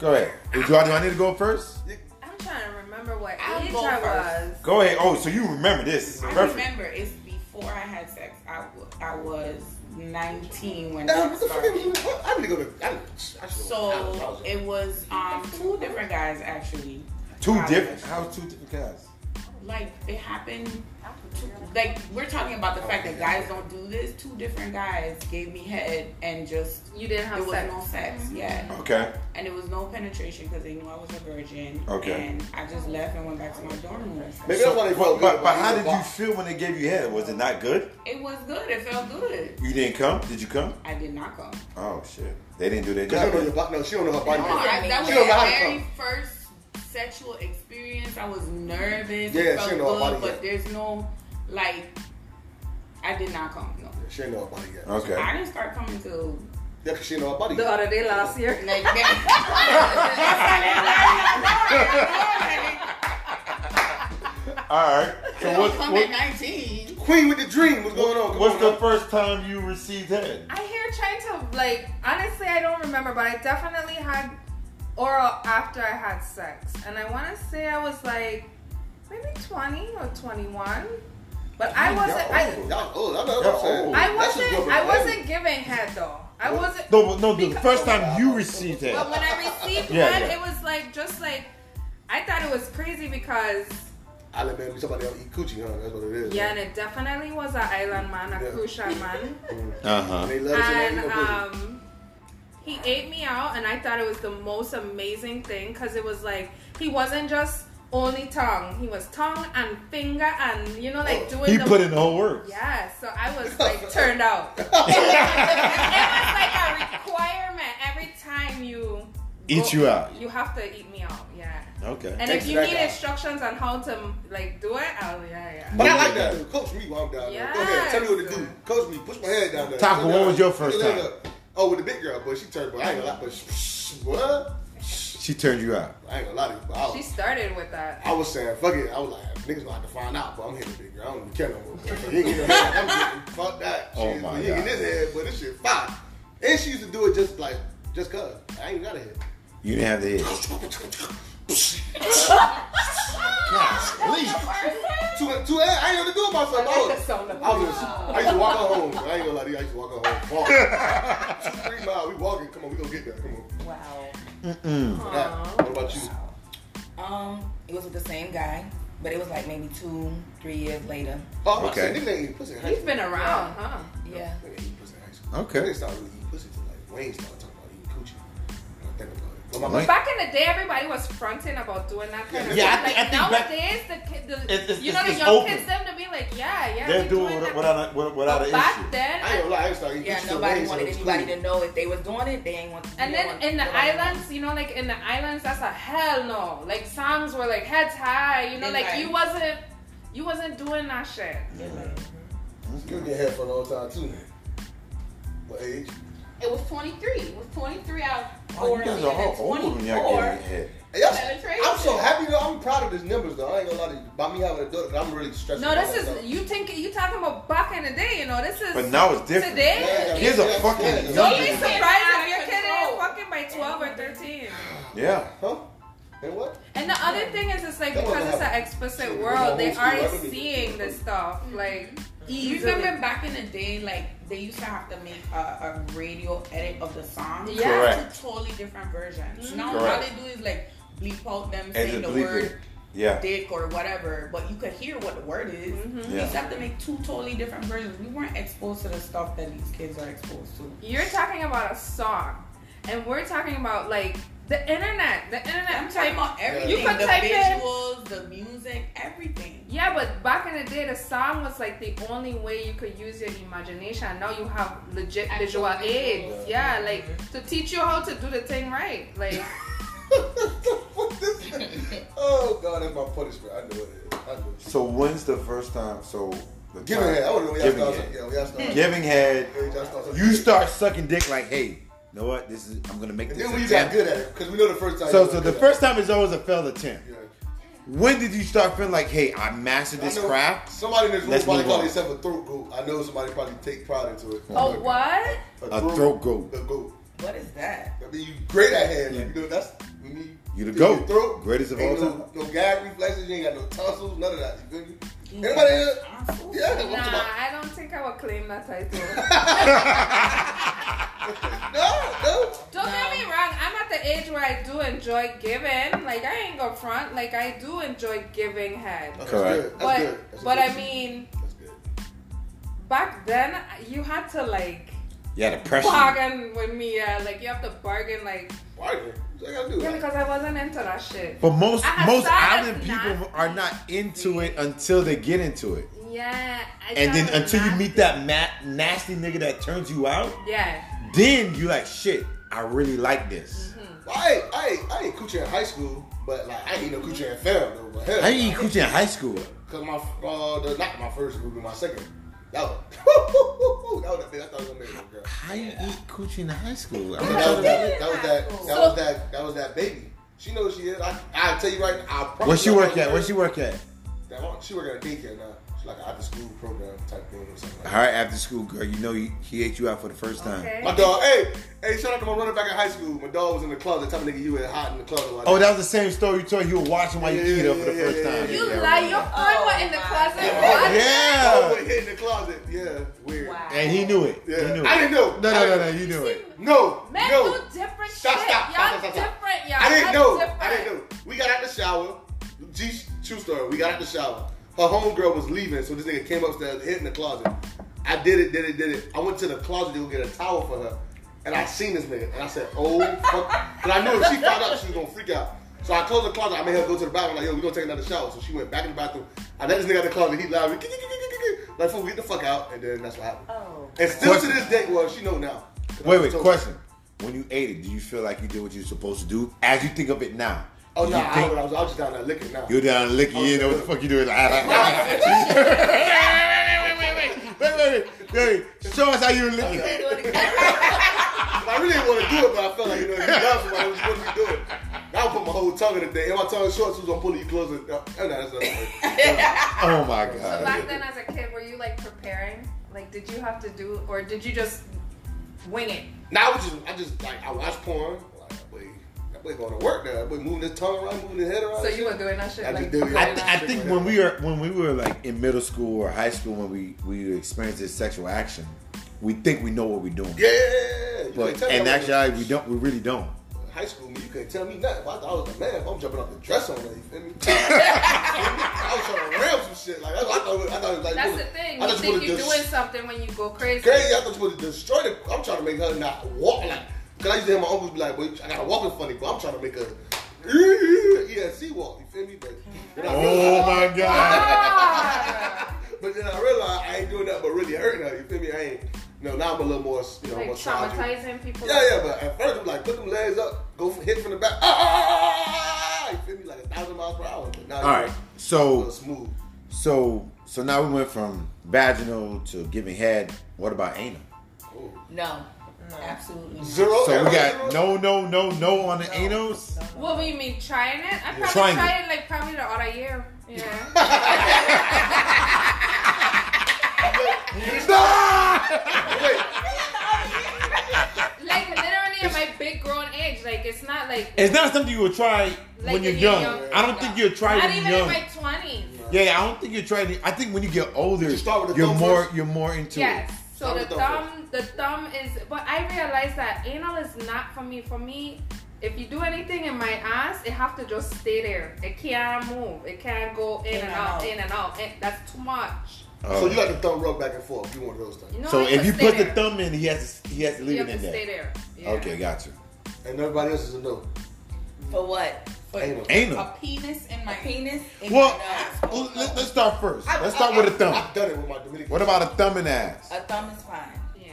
Speaker 1: Go ahead. Do I, do I need to go first?
Speaker 3: I'm trying to remember what
Speaker 6: I'll
Speaker 3: age
Speaker 6: go
Speaker 3: I was.
Speaker 6: first.
Speaker 1: Go ahead. Oh, so you remember this?
Speaker 6: I
Speaker 1: Perfect.
Speaker 6: remember it's before I had sex. I, w- I was 19 when
Speaker 2: Uh,
Speaker 6: I
Speaker 2: what the fuck?
Speaker 6: started.
Speaker 2: What? I need to go to. I, I should
Speaker 6: So it was um, two different guys actually.
Speaker 1: Two
Speaker 6: College.
Speaker 1: different. How two different guys?
Speaker 6: Like it happened. Like we're talking about the fact that guys don't do this. Two different guys gave me head and just
Speaker 3: You didn't
Speaker 6: there
Speaker 3: have
Speaker 6: was
Speaker 3: sex.
Speaker 6: no sex. Yeah,
Speaker 1: Okay.
Speaker 6: and there was no penetration because they knew I was a virgin.
Speaker 1: Okay.
Speaker 6: And I just left and went back to my dorm room.
Speaker 2: Maybe
Speaker 1: So,
Speaker 2: that's why they
Speaker 1: but,
Speaker 2: felt
Speaker 1: but, but
Speaker 2: good about
Speaker 1: how
Speaker 2: you.
Speaker 1: did you feel when they gave you head? Was it not good?
Speaker 6: It was good. It felt good.
Speaker 1: You didn't come? Did you come?
Speaker 6: I did not come.
Speaker 1: Oh shit! They didn't do their
Speaker 2: Cause she don't know your
Speaker 1: job.
Speaker 2: body. No, she don't know her body.
Speaker 6: No, I, that was
Speaker 2: She don't know how
Speaker 6: my
Speaker 2: to
Speaker 6: very
Speaker 2: come.
Speaker 6: first sexual experience. I was nervous.
Speaker 2: Yeah,
Speaker 6: it felt
Speaker 2: she know about it,
Speaker 6: good, but
Speaker 2: yeah.
Speaker 6: there's no like. I did not come. No,
Speaker 2: She ain't know her body yet.
Speaker 1: Okay.
Speaker 6: I didn't start coming till
Speaker 2: Yeah, cause she ain't know her body
Speaker 3: The
Speaker 2: yet.
Speaker 3: other day last year.
Speaker 6: like that.
Speaker 1: All right. So
Speaker 5: Don't
Speaker 1: what,
Speaker 5: come
Speaker 1: what,
Speaker 5: at 19.
Speaker 2: Queen with the dream. What's going on? Come
Speaker 1: what's
Speaker 2: on
Speaker 1: the
Speaker 2: now.
Speaker 1: first time you received head?
Speaker 3: I hear trying to like honestly I don't remember, but I definitely had oral after I had sex, and I want to say I was like maybe twenty or twenty-one, but I
Speaker 1: Y'all
Speaker 3: wasn't. I,
Speaker 1: old.
Speaker 2: Y'all old. I know
Speaker 1: Y'all
Speaker 2: what I'm saying.
Speaker 1: old.
Speaker 3: I
Speaker 2: That's just
Speaker 3: wasn't.
Speaker 2: good
Speaker 3: I
Speaker 2: for
Speaker 3: wasn't giving head though. I wasn't.
Speaker 1: No, but no. The
Speaker 3: Because-
Speaker 1: first time you received head.
Speaker 3: But when I received
Speaker 1: Yeah,
Speaker 3: one,
Speaker 1: yeah.
Speaker 3: it was like just like I thought it was crazy because
Speaker 2: I let man be somebody else eat coochie, huh? That's what it is.
Speaker 3: yeah, and it definitely was an island man, a
Speaker 2: Yeah.
Speaker 3: cruise ship man.
Speaker 1: Uh
Speaker 2: Mm. And
Speaker 1: huh.
Speaker 2: they love you, they
Speaker 3: and
Speaker 2: don't eat no pussy.
Speaker 3: um, he ate me out, and I thought it was the most amazing thing because it was like he wasn't just only tongue; he was tongue and finger, and you know, like doing.
Speaker 1: Oh, He
Speaker 3: the,
Speaker 1: put in the whole work.
Speaker 3: Yeah, so I was like turned out. it was like a requirement every time you
Speaker 1: Eat you out.
Speaker 3: You have to eat me out. Yeah.
Speaker 1: Okay.
Speaker 3: And
Speaker 2: Thanks
Speaker 3: if you
Speaker 2: for that
Speaker 3: need
Speaker 2: guy.
Speaker 3: instructions on how to like do it, I'll yeah yeah.
Speaker 2: But I like that. Dude. Coach me while I'm down there. Go ahead. Tell me what to do. Coach me. Push my head down there.
Speaker 1: Taco,
Speaker 2: Put it
Speaker 1: what
Speaker 2: down.
Speaker 1: was your
Speaker 2: Put
Speaker 1: first
Speaker 2: your leg
Speaker 1: time?
Speaker 2: up. Oh, with the big girl, but she turned. But I ain't gonna lie. But sh- sh- what?
Speaker 1: She turned you out.
Speaker 2: I ain't gonna lie to you. But I
Speaker 1: Oh.
Speaker 3: She
Speaker 2: was,
Speaker 3: started with that.
Speaker 2: I was saying, fuck it. I was like, niggas gonna have to find out. But I'm hitting the big girl. I don't even care no more. But You ain't getting no head. I'm getting fuck that.
Speaker 1: Oh
Speaker 2: shit.
Speaker 1: my
Speaker 2: You ain't
Speaker 1: God.
Speaker 2: getting this head, but this shit fine. And she used to do it just like, just cause. I ain't got a head.
Speaker 1: You didn't have the head.
Speaker 2: Golly. Two, two, I ain't know what to do about something. I was, I was, I used to walk her home. I ain't gonna lie to you, I used to walk her home. Walk. Two, three miles, we walking. Come on, we gonna get there. Come on.
Speaker 7: Wow.
Speaker 2: What happened? What about you? Oh,
Speaker 4: Um, it was with the same guy, but it was like maybe two, three years later.
Speaker 2: Oh,
Speaker 1: Okay.
Speaker 2: okay. Niggas ain't eating pussy in high
Speaker 3: He's
Speaker 2: school.
Speaker 3: been around, huh?
Speaker 4: Yeah.
Speaker 2: Niggas ain't eating pussy in high school.
Speaker 1: Okay.
Speaker 2: Niggas started really eating pussy till like Wayne started talking about eating coochie. When I think about it. But my
Speaker 1: Wayne-
Speaker 2: mom,
Speaker 3: Back in the day, everybody was fronting about doing that kind of
Speaker 1: Yeah, I
Speaker 3: thing.
Speaker 1: think- I
Speaker 3: like,
Speaker 1: think
Speaker 3: nowadays, the, kid, the
Speaker 1: It's- it's-
Speaker 3: you know,
Speaker 1: it's-
Speaker 3: the
Speaker 1: it's
Speaker 3: young
Speaker 1: open.
Speaker 3: kids, them to be like, yeah, yeah.
Speaker 1: They're
Speaker 3: we
Speaker 1: doing it
Speaker 3: that.
Speaker 1: without a, without an
Speaker 3: But back
Speaker 1: issue.
Speaker 3: then,
Speaker 2: I ain't gonna lie, I started eating
Speaker 4: Yeah,
Speaker 2: pussy till
Speaker 4: nobody
Speaker 2: Wayne, so
Speaker 4: wanted
Speaker 2: it was
Speaker 4: anybody
Speaker 2: cool.
Speaker 4: to know if they was doing it. They ain't want.
Speaker 3: and
Speaker 4: they
Speaker 3: then
Speaker 4: want-
Speaker 3: in
Speaker 4: they
Speaker 3: the
Speaker 4: don't want-
Speaker 3: islands, you know, like in the islands, that's a hell no. Like songs were like heads high, you know,
Speaker 6: They
Speaker 3: like
Speaker 6: like-
Speaker 3: you wasn't, you wasn't doing that shit.
Speaker 2: You get head for a long time too. What age?
Speaker 5: It was 23. It was 23 out of
Speaker 1: Oh,
Speaker 5: four.
Speaker 1: you guys are all old when y'all getting head.
Speaker 2: Hey, I'm,
Speaker 5: Penetration.
Speaker 2: I'm so happy though. I'm proud of these numbers though. I ain't gonna lie to you. By me having a daughter, 'cause I'm really stressed.
Speaker 3: No,
Speaker 2: about
Speaker 3: this
Speaker 2: myself.
Speaker 3: is you think you talking about back in the day, you know. This is
Speaker 1: But now it's different.
Speaker 3: today.
Speaker 2: Yeah,
Speaker 1: Here's a
Speaker 2: yeah,
Speaker 1: fucking
Speaker 2: yeah.
Speaker 1: young
Speaker 3: Don't be
Speaker 1: nigga.
Speaker 3: surprised if your kid ain't fucking by twelve or thirteen.
Speaker 1: Yeah.
Speaker 2: Huh? And what?
Speaker 3: And the other thing is, it's like
Speaker 2: That
Speaker 3: because
Speaker 2: wasn't
Speaker 3: it's an
Speaker 2: happening.
Speaker 3: explicit
Speaker 2: Shit, we were
Speaker 3: world, they
Speaker 2: old school, I
Speaker 3: aren't
Speaker 2: don't need to
Speaker 3: seeing
Speaker 2: do
Speaker 3: this
Speaker 2: it.
Speaker 3: stuff. Like,
Speaker 6: You remember back in the day, like they used to have to make a, a radio edit of the song.
Speaker 3: Yeah.
Speaker 1: Correct.
Speaker 6: Two totally different versions. Now all
Speaker 1: Correct.
Speaker 6: they do is like bleep out them
Speaker 1: And
Speaker 6: saying
Speaker 1: just
Speaker 6: the
Speaker 1: believe
Speaker 6: word
Speaker 1: it. Yeah.
Speaker 6: dick or whatever, but you could hear what the word is.
Speaker 3: Mm-hmm.
Speaker 6: We
Speaker 1: Yeah.
Speaker 6: used to have to make two totally different versions. We weren't exposed to the stuff that these kids are exposed to.
Speaker 3: you're talking about a song, and we're talking about like the internet. The internet.
Speaker 6: I'm talking about everything.
Speaker 3: You could
Speaker 6: the
Speaker 3: type in-
Speaker 6: visuals, the music, everything.
Speaker 3: Yeah, but back in the day, the song was like the only way you could use your imagination. Now you have legit
Speaker 5: Actual
Speaker 3: visual
Speaker 5: visuals.
Speaker 3: aids. Yeah, like to teach you how to do the thing right. Like,
Speaker 2: oh god, that's my punishment. I know it is. I know it is.
Speaker 1: So when's the first time? So the
Speaker 2: Give me
Speaker 1: time-
Speaker 2: head. I want to know where
Speaker 1: Giving
Speaker 2: y'all
Speaker 1: head.
Speaker 2: start. Yeah, where y'all start.
Speaker 1: Giving head.
Speaker 2: Where y'all start.
Speaker 1: You start sucking dick like, hey, you know what? This is I'm gonna make
Speaker 2: And
Speaker 1: this.
Speaker 2: then we
Speaker 1: attempt.
Speaker 2: got good at it because we know the first time.
Speaker 1: So
Speaker 2: you
Speaker 1: so
Speaker 2: got
Speaker 1: the
Speaker 2: good
Speaker 1: first time is always a failed attempt.
Speaker 2: at it.
Speaker 1: When did you start feeling like, hey, I mastered
Speaker 2: Yeah.
Speaker 1: this
Speaker 2: I know
Speaker 1: craft?
Speaker 2: Somebody in this room
Speaker 1: Let's
Speaker 2: probably
Speaker 1: move
Speaker 2: call
Speaker 1: on.
Speaker 2: themselves a throat goat. I know somebody probably take pride into it.
Speaker 3: oh what?
Speaker 1: A throat goat.
Speaker 2: A goat.
Speaker 4: What
Speaker 2: great at hand.
Speaker 1: Yeah.
Speaker 2: You know, that's when you.
Speaker 1: You the
Speaker 2: in
Speaker 1: GOAT.
Speaker 2: your Throat.
Speaker 1: Greatest of
Speaker 2: ain't
Speaker 1: all
Speaker 2: no,
Speaker 1: time.
Speaker 2: No gag reflexes. You ain't got no tonsils. None of that. You feel me? Anybody else? Yeah.
Speaker 3: Nah,
Speaker 2: What about?
Speaker 3: I don't think I would claim that title.
Speaker 2: No, Oh, no.
Speaker 3: don't get me wrong. I'm at the age where I do enjoy giving. Like I ain't go front. Like I do enjoy giving head.
Speaker 2: That's
Speaker 1: Correct.
Speaker 2: good. That's
Speaker 3: but
Speaker 2: good. That's a
Speaker 3: but
Speaker 2: good-
Speaker 3: I mean,
Speaker 2: That's good.
Speaker 3: back then you had to like
Speaker 1: Yeah, the pressure.
Speaker 3: bargain with me. Yeah, like you have to bargain. Like
Speaker 2: Why? What I gotta do?
Speaker 3: yeah, because I wasn't into that shit.
Speaker 1: But most
Speaker 3: I- I
Speaker 1: most
Speaker 3: saw it
Speaker 1: island
Speaker 3: not-
Speaker 1: people are not into it until they get into it,
Speaker 3: Yeah. I
Speaker 1: and then
Speaker 3: thought it was
Speaker 1: until you meet
Speaker 3: nasty.
Speaker 1: that ma- nasty nigga that turns you out,
Speaker 3: Yeah.
Speaker 1: then you like shit. I really like this.
Speaker 3: Mm-hmm.
Speaker 2: Well, I ain't, I ain't, I ain't coochie in high school, but like I ain't no coochie in film though. But hell,
Speaker 1: I didn't eat coochie in high school.
Speaker 2: Cause my uh, the, not my first group, but my second. That was that was that big. I thought it was gonna make it, girl.
Speaker 1: How you eat coochie in high school? I
Speaker 2: That
Speaker 1: mean,
Speaker 2: was
Speaker 1: that
Speaker 2: that.
Speaker 1: was-
Speaker 2: That was that. That was that. That was that baby. She knows she is. I I tell you right now. I promise.
Speaker 1: Where she
Speaker 2: you, I
Speaker 1: work
Speaker 2: know
Speaker 1: at? Where she work at?
Speaker 2: That one- she work at a daycare now. She's like an after school program type thing or something. Like that.
Speaker 1: Her after school girl. You know he, he ate you out for the first time.
Speaker 3: Okay.
Speaker 2: My dog. Hey, hey! Shout out to my running back in high school. My dog was in the closet. Type of nigga, you were hot in the closet. like
Speaker 1: Oh, that was the same story you told. You were watching while you
Speaker 2: Yeah,
Speaker 1: eat her for the
Speaker 2: yeah,
Speaker 1: first
Speaker 2: yeah,
Speaker 1: time.
Speaker 2: yeah,
Speaker 3: You
Speaker 2: yeah.
Speaker 3: lie. Your friend
Speaker 7: Oh,
Speaker 3: were in the
Speaker 7: my
Speaker 3: closet.
Speaker 7: God.
Speaker 3: What?
Speaker 2: Oh,
Speaker 1: Yeah.
Speaker 2: but hit in the closet. Yeah, weird.
Speaker 7: Wow.
Speaker 1: And he knew it.
Speaker 2: Yeah.
Speaker 1: He knew it.
Speaker 2: I didn't know.
Speaker 1: No, no,
Speaker 2: I
Speaker 1: no, no.
Speaker 2: didn't know.
Speaker 1: You knew it.
Speaker 2: No,
Speaker 3: Men
Speaker 2: no.
Speaker 3: do different
Speaker 2: Stop, stop,
Speaker 3: shit.
Speaker 2: stop,
Speaker 3: y'all
Speaker 2: stop, stop, stop.
Speaker 3: different. Y'all
Speaker 2: I didn't
Speaker 3: act
Speaker 2: know.
Speaker 3: Different.
Speaker 2: I didn't know. We got out the shower. G, true story. We got out the shower. Her homegirl was leaving, so this nigga came upstairs, hid in the closet. I did it, did it, did it. I went to the closet to go get a towel for her, and I seen this nigga, and I said, "Oh fuck!" But I knew if she found out, she was gonna freak out. So I closed the closet. I made her go to the bathroom. Like, yo, we gonna take another shower. So she went back in the bathroom. I let this nigga out the closet. He loud. Like, fool, get the fuck out. And then that's what happened.
Speaker 7: Oh.
Speaker 2: And still
Speaker 1: Question.
Speaker 2: to this day, well, she know now. 'Cause I
Speaker 1: Wait, wait.
Speaker 2: told her.
Speaker 1: Question. When you ate it, do you feel like you did what you were supposed to do? As you think of it now.
Speaker 2: Oh
Speaker 1: do
Speaker 2: no,
Speaker 1: you
Speaker 2: I,
Speaker 1: think-
Speaker 2: was, I was I was just down there licking now.
Speaker 1: You're down licking, you know what the fuck you doing. Like, ah, ah, ah. wait, wait, wait, wait, wait, wait, wait, wait. Show us how you were licking.
Speaker 2: I really didn't want to do it, but I felt like you know you done somebody was supposed to be doing. Now I put my whole tongue in the thing. And my tongue is short, so it's gonna pull you closer. No, no, that's not
Speaker 1: Oh my
Speaker 3: So
Speaker 1: god.
Speaker 3: back then, as a kid, were you like preparing? Like, did you have to do, or did you just wing it?
Speaker 2: Now I was just I just like I watch porn. Like, that boy, that boy going to work now. That boy moving his tongue around, moving his head around.
Speaker 3: So you were doing that shit.
Speaker 2: I just
Speaker 3: like,
Speaker 2: did it.
Speaker 1: I, th- I think when we were when we were like in middle school or high school when we we experienced this sexual action, we think we know what we're doing.
Speaker 2: Yeah, yeah, yeah. You
Speaker 1: But
Speaker 2: couldn't tell me
Speaker 1: in
Speaker 2: I was in
Speaker 1: actuality, we don't. We really don't.
Speaker 2: High school, me, you couldn't tell me nothing. If I thought I was a man. If I'm jumping off the dresser on her, you feel me? I was trying to ram some shit. Like, that's what I thought, I thought it was like,
Speaker 3: That's
Speaker 2: you
Speaker 3: the
Speaker 2: wanna-
Speaker 3: thing.
Speaker 2: I
Speaker 3: You
Speaker 2: just
Speaker 3: think
Speaker 2: wanna
Speaker 3: you're
Speaker 2: just-
Speaker 3: doing something when you go crazy.
Speaker 2: crazy. I thought you was supposed to destroy the. I'm trying to make her not walk like. Cause I used to hear my uncles be like, "Boy, I got a walking funny, but I'm trying to make her." Yeah, she walk. You feel me? But then I
Speaker 1: Oh
Speaker 2: realized,
Speaker 1: my god.
Speaker 3: Ah.
Speaker 2: but then I realized I ain't doing that, but really hurting her. You feel me? I ain't. You know, now I'm a little more. You know,
Speaker 3: like
Speaker 2: more soft.
Speaker 3: traumatizing people.
Speaker 2: Yeah, yeah. But at first I'm like, put them legs up, go from, hit from the back. Ah, ah, ah, ah, ah, you feel me? Like a thousand miles per hour. But now
Speaker 1: All right.
Speaker 2: a little
Speaker 1: So
Speaker 2: smooth.
Speaker 1: so so now we went from vaginal to giving head. What about anal?
Speaker 2: Oh.
Speaker 4: No, absolutely. Not.
Speaker 2: Zero.
Speaker 1: So we
Speaker 2: zero.
Speaker 1: got no no no no on the anals.
Speaker 3: What do you mean trying it? I probably
Speaker 1: Trying
Speaker 3: tried
Speaker 1: it.
Speaker 3: it like probably the other year. Yeah. like literally at my big grown age. Like it's not like
Speaker 1: It's not something you would try
Speaker 3: Like
Speaker 1: when you're
Speaker 3: when you're
Speaker 1: young.
Speaker 3: young.
Speaker 1: I don't think you'll try
Speaker 3: not
Speaker 1: when
Speaker 3: even
Speaker 1: you're young.
Speaker 3: in my twenties.
Speaker 1: yeah, yeah, I don't think you're trying. To, I think when you get older,
Speaker 2: You start with the
Speaker 1: you are
Speaker 2: thumb
Speaker 1: more
Speaker 2: first?
Speaker 1: you're more into
Speaker 3: Yes.
Speaker 1: it.
Speaker 3: So
Speaker 2: Thumb
Speaker 3: the
Speaker 2: to thumb
Speaker 3: thumb, the thumb is. But I realized that anal is not for me. For me, if you do anything in my ass, it have to just stay there. It can't move. It can't go in, and out, in and out. And that's too much.
Speaker 1: Oh.
Speaker 2: So you got the thumb rub back and forth. You want those things.
Speaker 3: You know,
Speaker 1: so
Speaker 3: it
Speaker 1: if
Speaker 3: just
Speaker 1: you
Speaker 3: stay
Speaker 1: put the
Speaker 3: there.
Speaker 1: thumb in, he has to he has to
Speaker 3: you
Speaker 1: leave
Speaker 3: have
Speaker 1: it in
Speaker 3: to stay
Speaker 1: there.
Speaker 3: there. Yeah.
Speaker 1: Okay, got you.
Speaker 2: And everybody else is a no.
Speaker 4: For what? For
Speaker 2: Anal.
Speaker 1: Anal.
Speaker 6: A penis in my
Speaker 4: a penis? in
Speaker 1: Well,
Speaker 4: your nose.
Speaker 1: well, let- let's start first.
Speaker 2: I-
Speaker 1: Let's
Speaker 2: I-
Speaker 1: start
Speaker 2: I-
Speaker 1: with a thumb.
Speaker 2: I've done it with my Dominican.
Speaker 1: What about a thumb and ass?
Speaker 4: a thumb is fine.
Speaker 3: Yeah.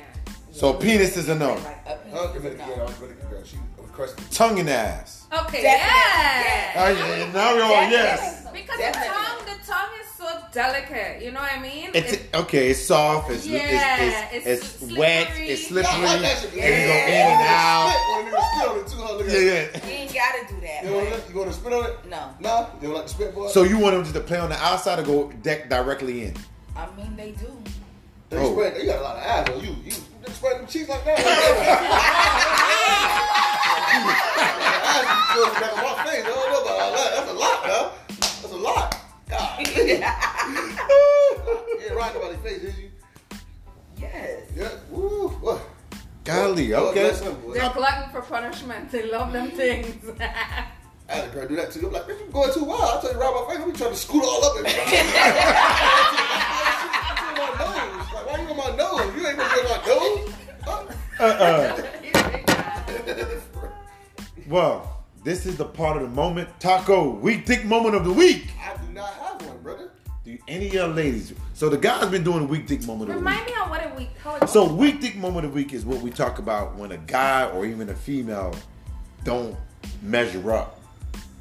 Speaker 1: So penis is a no.
Speaker 4: Like a penis
Speaker 2: Huh?
Speaker 4: is a
Speaker 2: Dominican, yeah,
Speaker 4: no.
Speaker 2: I'm Dominican girl. She was crusty.
Speaker 1: Tongue and ass.
Speaker 3: Okay.
Speaker 4: Definitely.
Speaker 3: Yeah.
Speaker 1: Oh, yeah, now we're all yes.
Speaker 3: Because
Speaker 4: Definitely.
Speaker 3: the tongue, the tongue is so delicate. You know what I mean?
Speaker 1: It's okay. It's soft. It's
Speaker 3: Yeah,
Speaker 1: it's,
Speaker 3: it's
Speaker 1: it's, it's, wet.
Speaker 3: slippery.
Speaker 1: It's
Speaker 2: Yeah,
Speaker 1: slippery.
Speaker 2: I like that shit.
Speaker 1: And you go in and out.
Speaker 2: Spit. When a nigga spit on it too, huh? Look at
Speaker 1: Yeah,
Speaker 2: it.
Speaker 1: yeah.
Speaker 4: You ain't gotta do that.
Speaker 2: You don't
Speaker 4: but-
Speaker 2: like- You want to spit on it?
Speaker 4: No.
Speaker 2: Nah? You don't like the spit boy?
Speaker 1: So you want him just to play on the outside or go deck directly in?
Speaker 4: I mean, they do.
Speaker 2: They
Speaker 1: Oh.
Speaker 2: spread- you got a lot of eyes on you. You you just spread them cheeks like that.
Speaker 1: Golly,
Speaker 2: God
Speaker 1: okay.
Speaker 2: bless her, boy.
Speaker 3: They're glutton for punishment. They love them things.
Speaker 2: I had a girl do that too. I'm like, bitch, you going too wild. I tell you, round my face. Let me try to scoot all up. and- It's on my nose. Like, why you on my nose? You ain't gonna be on my nose. Huh?
Speaker 1: Uh-uh.
Speaker 3: That's
Speaker 1: Well, this is the part of the moment. Taco week dick moment of the week.
Speaker 2: I do not have one, brother.
Speaker 1: Do any of y'all ladies? So the guy's been doing weak dick moment of the week.
Speaker 3: Remind me on what a week. How it
Speaker 1: So weak dick moment of the week is what we talk about when a guy or even a female don't measure up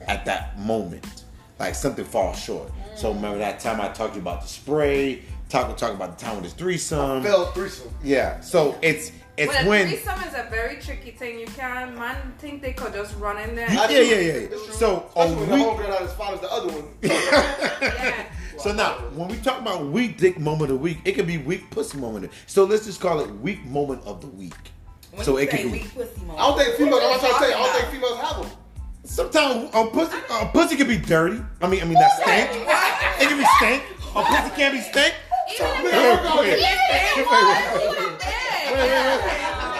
Speaker 1: at that moment. Like something falls short. So remember that time I talked to you about the spray. Taco talked about the time with his threesome.
Speaker 2: Fell threesome.
Speaker 1: Yeah. So it's it's
Speaker 3: Well,
Speaker 1: when
Speaker 3: threesome is a very tricky thing. You can man think they could just run in there.
Speaker 1: yeah,
Speaker 3: and-
Speaker 1: yeah, yeah, yeah. So a
Speaker 2: Especially when the
Speaker 1: weak-
Speaker 2: homegirl not as fine as the other one.
Speaker 3: yeah.
Speaker 1: So now, when we talk about weak dick moment of the week, it could be weak pussy moment. So let's just call it weak moment of the week.
Speaker 4: When
Speaker 1: so
Speaker 4: you
Speaker 1: it
Speaker 4: say
Speaker 1: could be
Speaker 4: weak pussy
Speaker 2: I don't
Speaker 4: moment,
Speaker 2: think females. I'm trying to tell you, I don't think females have them.
Speaker 1: sometimes a pussy a pussy could be dirty. I mean, I mean that's stank. It can be stank. A pussy can't be stank.
Speaker 3: Even if
Speaker 1: Wait,
Speaker 3: they-
Speaker 1: wait, wait. Wait, wait, wait.
Speaker 3: Yeah.
Speaker 1: Wait, wait,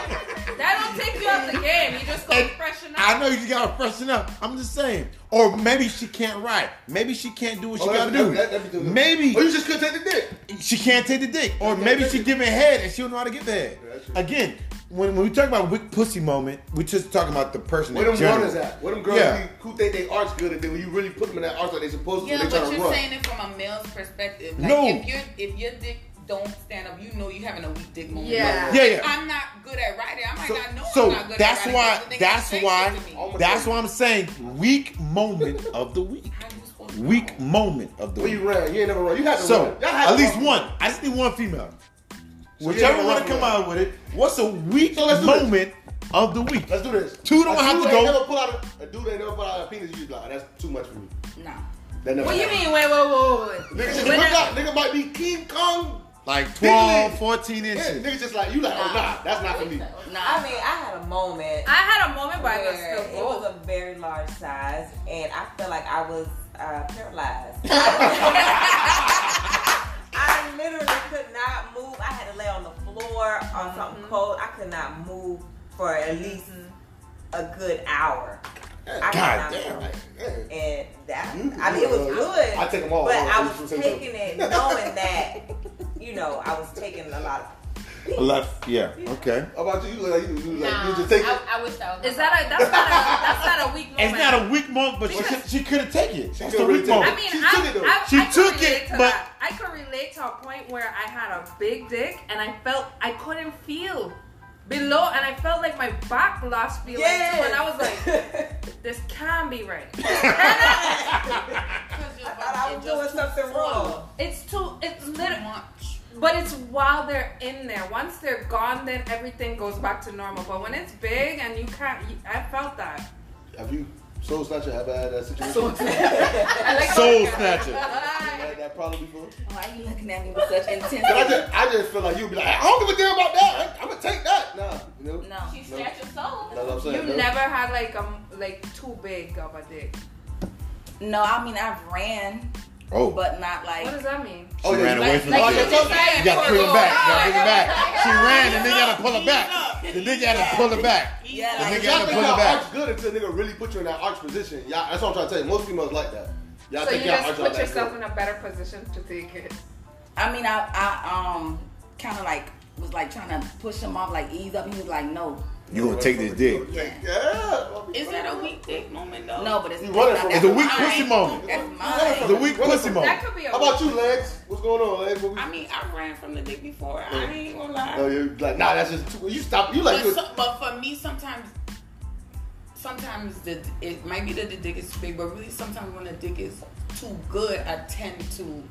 Speaker 1: wait.
Speaker 3: That don't take you out the game. You just go
Speaker 1: And
Speaker 3: freshen up.
Speaker 1: I know you gotta freshen up. I'm just saying. Or maybe she can't ride. Maybe she can't do what she
Speaker 2: Oh,
Speaker 1: gotta
Speaker 2: that-
Speaker 1: do.
Speaker 2: that- that- that-
Speaker 1: Maybe
Speaker 2: Or you just couldn't take the dick.
Speaker 1: she can't take the dick, or maybe she give it head and she don't know how to give head.
Speaker 2: Yeah, that's true.
Speaker 1: Again, when, when we talk about weak pussy moment, we just talking about the person.
Speaker 2: Where
Speaker 1: in
Speaker 2: them
Speaker 1: general.
Speaker 2: runners at? Where them girls
Speaker 1: Yeah.
Speaker 2: who, who think they art's good and then when you really put them in that art like they supposed to,
Speaker 5: Yeah,
Speaker 2: they try
Speaker 5: but
Speaker 2: to
Speaker 5: you're
Speaker 2: run.
Speaker 5: saying it from a male's perspective. Like
Speaker 1: No.
Speaker 5: if your if your dick don't stand up, you know you having a weak dick moment.
Speaker 3: Yeah.
Speaker 5: Like,
Speaker 1: Yeah, yeah.
Speaker 5: I'm not good at writing. I might
Speaker 1: So,
Speaker 5: not know
Speaker 1: so
Speaker 5: I'm not good
Speaker 1: that's
Speaker 5: at
Speaker 1: why.
Speaker 5: writing.
Speaker 1: That's why.
Speaker 2: me.
Speaker 1: That's why I'm saying weak moment of the week. Weak moment of the
Speaker 2: When you
Speaker 1: week.
Speaker 2: ran, you ain't never run. You had to
Speaker 1: So
Speaker 2: run. Y'all had
Speaker 1: at
Speaker 2: to
Speaker 1: least
Speaker 2: run.
Speaker 1: one. I just need one female.
Speaker 2: So
Speaker 1: Whichever
Speaker 2: you ain't
Speaker 1: want
Speaker 2: never
Speaker 1: to come
Speaker 2: run.
Speaker 1: out with it. What's a weak
Speaker 2: So let's do this.
Speaker 1: moment of the week?
Speaker 2: Let's do this.
Speaker 1: Two don't
Speaker 2: a
Speaker 1: have
Speaker 2: dude
Speaker 1: to
Speaker 2: ain't
Speaker 1: go.
Speaker 2: Never pull out a, a dude ain't never pull out a penis. You just like that's too much for me.
Speaker 4: no.
Speaker 2: That never.
Speaker 3: What do you
Speaker 2: happened.
Speaker 3: mean? Wait, wait, wait, wait.
Speaker 2: Nigga just
Speaker 3: When
Speaker 2: look
Speaker 3: I-
Speaker 2: out. Nigga might be King Kong.
Speaker 1: Like 12,
Speaker 2: Big.
Speaker 1: 14
Speaker 2: Yeah,
Speaker 1: inches.
Speaker 2: nigga just like you like oh nah, that's not for me.
Speaker 4: Nah.
Speaker 7: I mean, I had a moment.
Speaker 3: I had a moment, but I could
Speaker 7: where
Speaker 3: still
Speaker 7: it
Speaker 3: go.
Speaker 7: was a very large size, and I felt like I was uh, paralyzed. I literally could not move. I had to lay on the floor on something cold. I could not move for at least a good hour. I could
Speaker 1: God
Speaker 7: not
Speaker 1: damn.
Speaker 7: move.
Speaker 2: Like, yeah.
Speaker 7: And that,
Speaker 2: You-
Speaker 7: I mean, it was
Speaker 2: you, uh,
Speaker 7: good.
Speaker 2: I take 'em all,
Speaker 7: But
Speaker 2: all
Speaker 7: I
Speaker 2: right,
Speaker 7: was
Speaker 2: you say
Speaker 7: taking it knowing that, you know, I was taking a lot of
Speaker 1: Left. Yeah. Okay.
Speaker 2: How about you? You look like you, you, like, you
Speaker 5: Nah,
Speaker 2: just take it.
Speaker 5: I, I wish that was.
Speaker 3: Is that a that's not a that's not a weak moment?
Speaker 1: It's not a weak moment, but she, could- she could have taken it. That's the
Speaker 2: could've
Speaker 1: weak
Speaker 2: taken it.
Speaker 1: moment.
Speaker 3: I mean,
Speaker 2: She
Speaker 3: I,
Speaker 2: took it, though.
Speaker 3: I, I
Speaker 1: She
Speaker 3: could
Speaker 1: took
Speaker 3: relate
Speaker 1: it,
Speaker 3: to
Speaker 1: but-
Speaker 3: that. I could relate to a point where I had a big dick and I felt I couldn't feel below, and I felt like my back lost feeling. too, and I was like, this can't be right.
Speaker 5: Because
Speaker 7: I thought I was doing something wrong.
Speaker 3: It's too. It's
Speaker 5: Too
Speaker 3: little.
Speaker 5: much.
Speaker 3: But it's while they're in there. Once they're gone, then everything goes back to normal. But when it's big and you can't, you, I felt that.
Speaker 2: Have you soul snatcher have I had that situation?
Speaker 3: I like
Speaker 1: Soul snatcher.
Speaker 2: You had that problem before?
Speaker 4: Why are you looking at me with such intense?
Speaker 2: But I just, I just feel like you'd be like, I don't give a damn about that. I, am gonna take that. Nah, you know.
Speaker 4: no.
Speaker 5: She snatched your soul.
Speaker 2: That's what I'm saying.
Speaker 3: You
Speaker 2: no.
Speaker 3: never had like um like too big of a dick.
Speaker 4: No, I mean, I've ran,
Speaker 1: Oh.
Speaker 4: but not like.
Speaker 3: What does that mean?
Speaker 1: She ran away from
Speaker 2: like
Speaker 1: the
Speaker 2: Oh, you
Speaker 1: dick. You
Speaker 2: just
Speaker 1: gotta pull her back. You gotta pull her back. She ran and they gotta pull her back. The nigga had to pull her back.
Speaker 4: yeah,
Speaker 1: The
Speaker 4: like,
Speaker 1: nigga
Speaker 2: Y'all
Speaker 1: had to
Speaker 2: think
Speaker 1: pull her
Speaker 2: y'all
Speaker 1: back.
Speaker 2: arch good until nigga really put you in that arch position. Y'all, that's what I'm trying to tell you. Most females like that. Y'all
Speaker 3: so you
Speaker 2: think y'all
Speaker 3: just
Speaker 2: arch all
Speaker 3: put
Speaker 2: that
Speaker 3: yourself
Speaker 2: good.
Speaker 3: in a better position to take it.
Speaker 4: I mean, I, I um, kind of like was like trying to push him off, like ease up. He was like, no,
Speaker 1: You gonna take this dick.
Speaker 2: Yeah. yeah.
Speaker 5: Is that a weak dick moment though?
Speaker 4: no, but it's
Speaker 2: You running from-
Speaker 1: It's a weak pussy moment.
Speaker 4: That's
Speaker 1: It's a
Speaker 4: mine.
Speaker 1: weak pussy
Speaker 3: That
Speaker 1: moment.
Speaker 3: could be a
Speaker 2: How about you, legs? What's going on, legs? What we,
Speaker 5: I mean, I ran from the dick before. I ain't gonna lie.
Speaker 2: no, you're like, nah, that's just too. You stop. You like,
Speaker 5: but,
Speaker 2: you
Speaker 5: so, but for me, sometimes, sometimes the it might be that the dick is too big, but really sometimes when the dick is too good, I tend to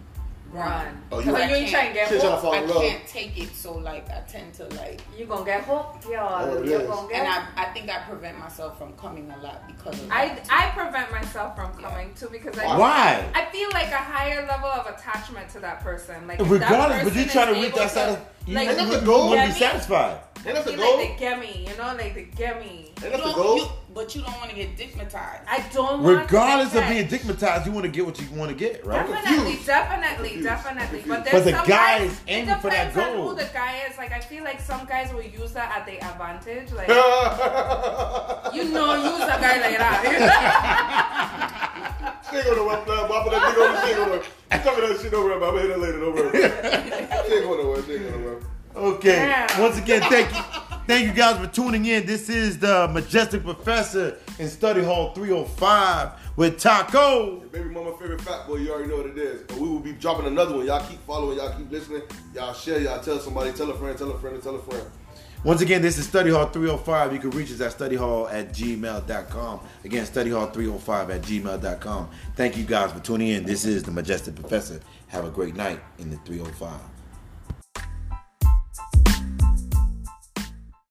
Speaker 5: run.
Speaker 2: Oh, you Oh,
Speaker 5: Because
Speaker 3: But
Speaker 5: I
Speaker 3: you ain't trying
Speaker 5: can't-
Speaker 3: to
Speaker 2: Shit,
Speaker 3: get
Speaker 2: y'all
Speaker 3: hooked.
Speaker 2: fall
Speaker 5: I
Speaker 2: in love.
Speaker 5: can't take it, so like I tend to like,
Speaker 3: You gonna get hooked, y'all.
Speaker 2: Oh,
Speaker 3: you
Speaker 2: yes.
Speaker 3: gonna get.
Speaker 5: and I, I think I prevent myself from coming a lot because of
Speaker 3: I, I prevent myself from coming too because I
Speaker 1: Why?
Speaker 3: I feel like a higher level of attachment to that person. Like if that
Speaker 1: Regardless,
Speaker 3: person
Speaker 1: but you
Speaker 3: is
Speaker 1: trying to
Speaker 3: able
Speaker 1: reach that
Speaker 3: to-
Speaker 1: side. You
Speaker 3: like,
Speaker 1: you-
Speaker 2: that's
Speaker 1: you
Speaker 2: the goal.
Speaker 1: wanna
Speaker 3: Yeah, I
Speaker 1: be
Speaker 3: mean-
Speaker 1: satisfied.
Speaker 2: And that's
Speaker 3: He
Speaker 2: the goal.
Speaker 3: like the gemi, you know, like the gemi.
Speaker 2: And
Speaker 6: You
Speaker 2: that's the
Speaker 6: don't-
Speaker 2: goal.
Speaker 6: you- but you don't want to get digmatized.
Speaker 3: I don't. want to
Speaker 1: Regardless of being
Speaker 3: get-
Speaker 1: digmatized, you want to get what you want to get, right?
Speaker 3: Definitely,
Speaker 2: confused.
Speaker 3: definitely,
Speaker 2: Confused.
Speaker 3: definitely. But
Speaker 2: Confused.
Speaker 3: there's
Speaker 1: But the
Speaker 3: some
Speaker 1: guy
Speaker 3: guys,
Speaker 1: is
Speaker 3: it
Speaker 1: aiming for that
Speaker 3: depends on
Speaker 1: goal.
Speaker 3: Who the guy is? Like I feel like some guys will use that at their advantage. Like you know, use a guy like that.
Speaker 2: She ain't gonna work, man. Bop it up, she gonna- she ain't gonna work. She talking that shit, don't worry about it. I'm gonna hit her later, don't worry about it. She ain't gonna work, she ain't gonna work.
Speaker 1: Okay.
Speaker 3: Yeah.
Speaker 1: Once again, thank you. Thank you guys for tuning in. This is the Majestic Professor in Study Hall 305 with Taco.
Speaker 2: Baby mama favorite fat boy, you already know what it is. But we will be dropping another one. Y'all keep following, y'all keep listening, y'all share, y'all tell somebody, tell a friend, tell a friend, tell a friend.
Speaker 1: Once again, this is Study Hall 305. You can reach us at studyhall at gmail.com. Again, studyhall305 at gmail.com. Thank you guys for tuning in. This is the oh Majestic Professor. Have a great night in the 305.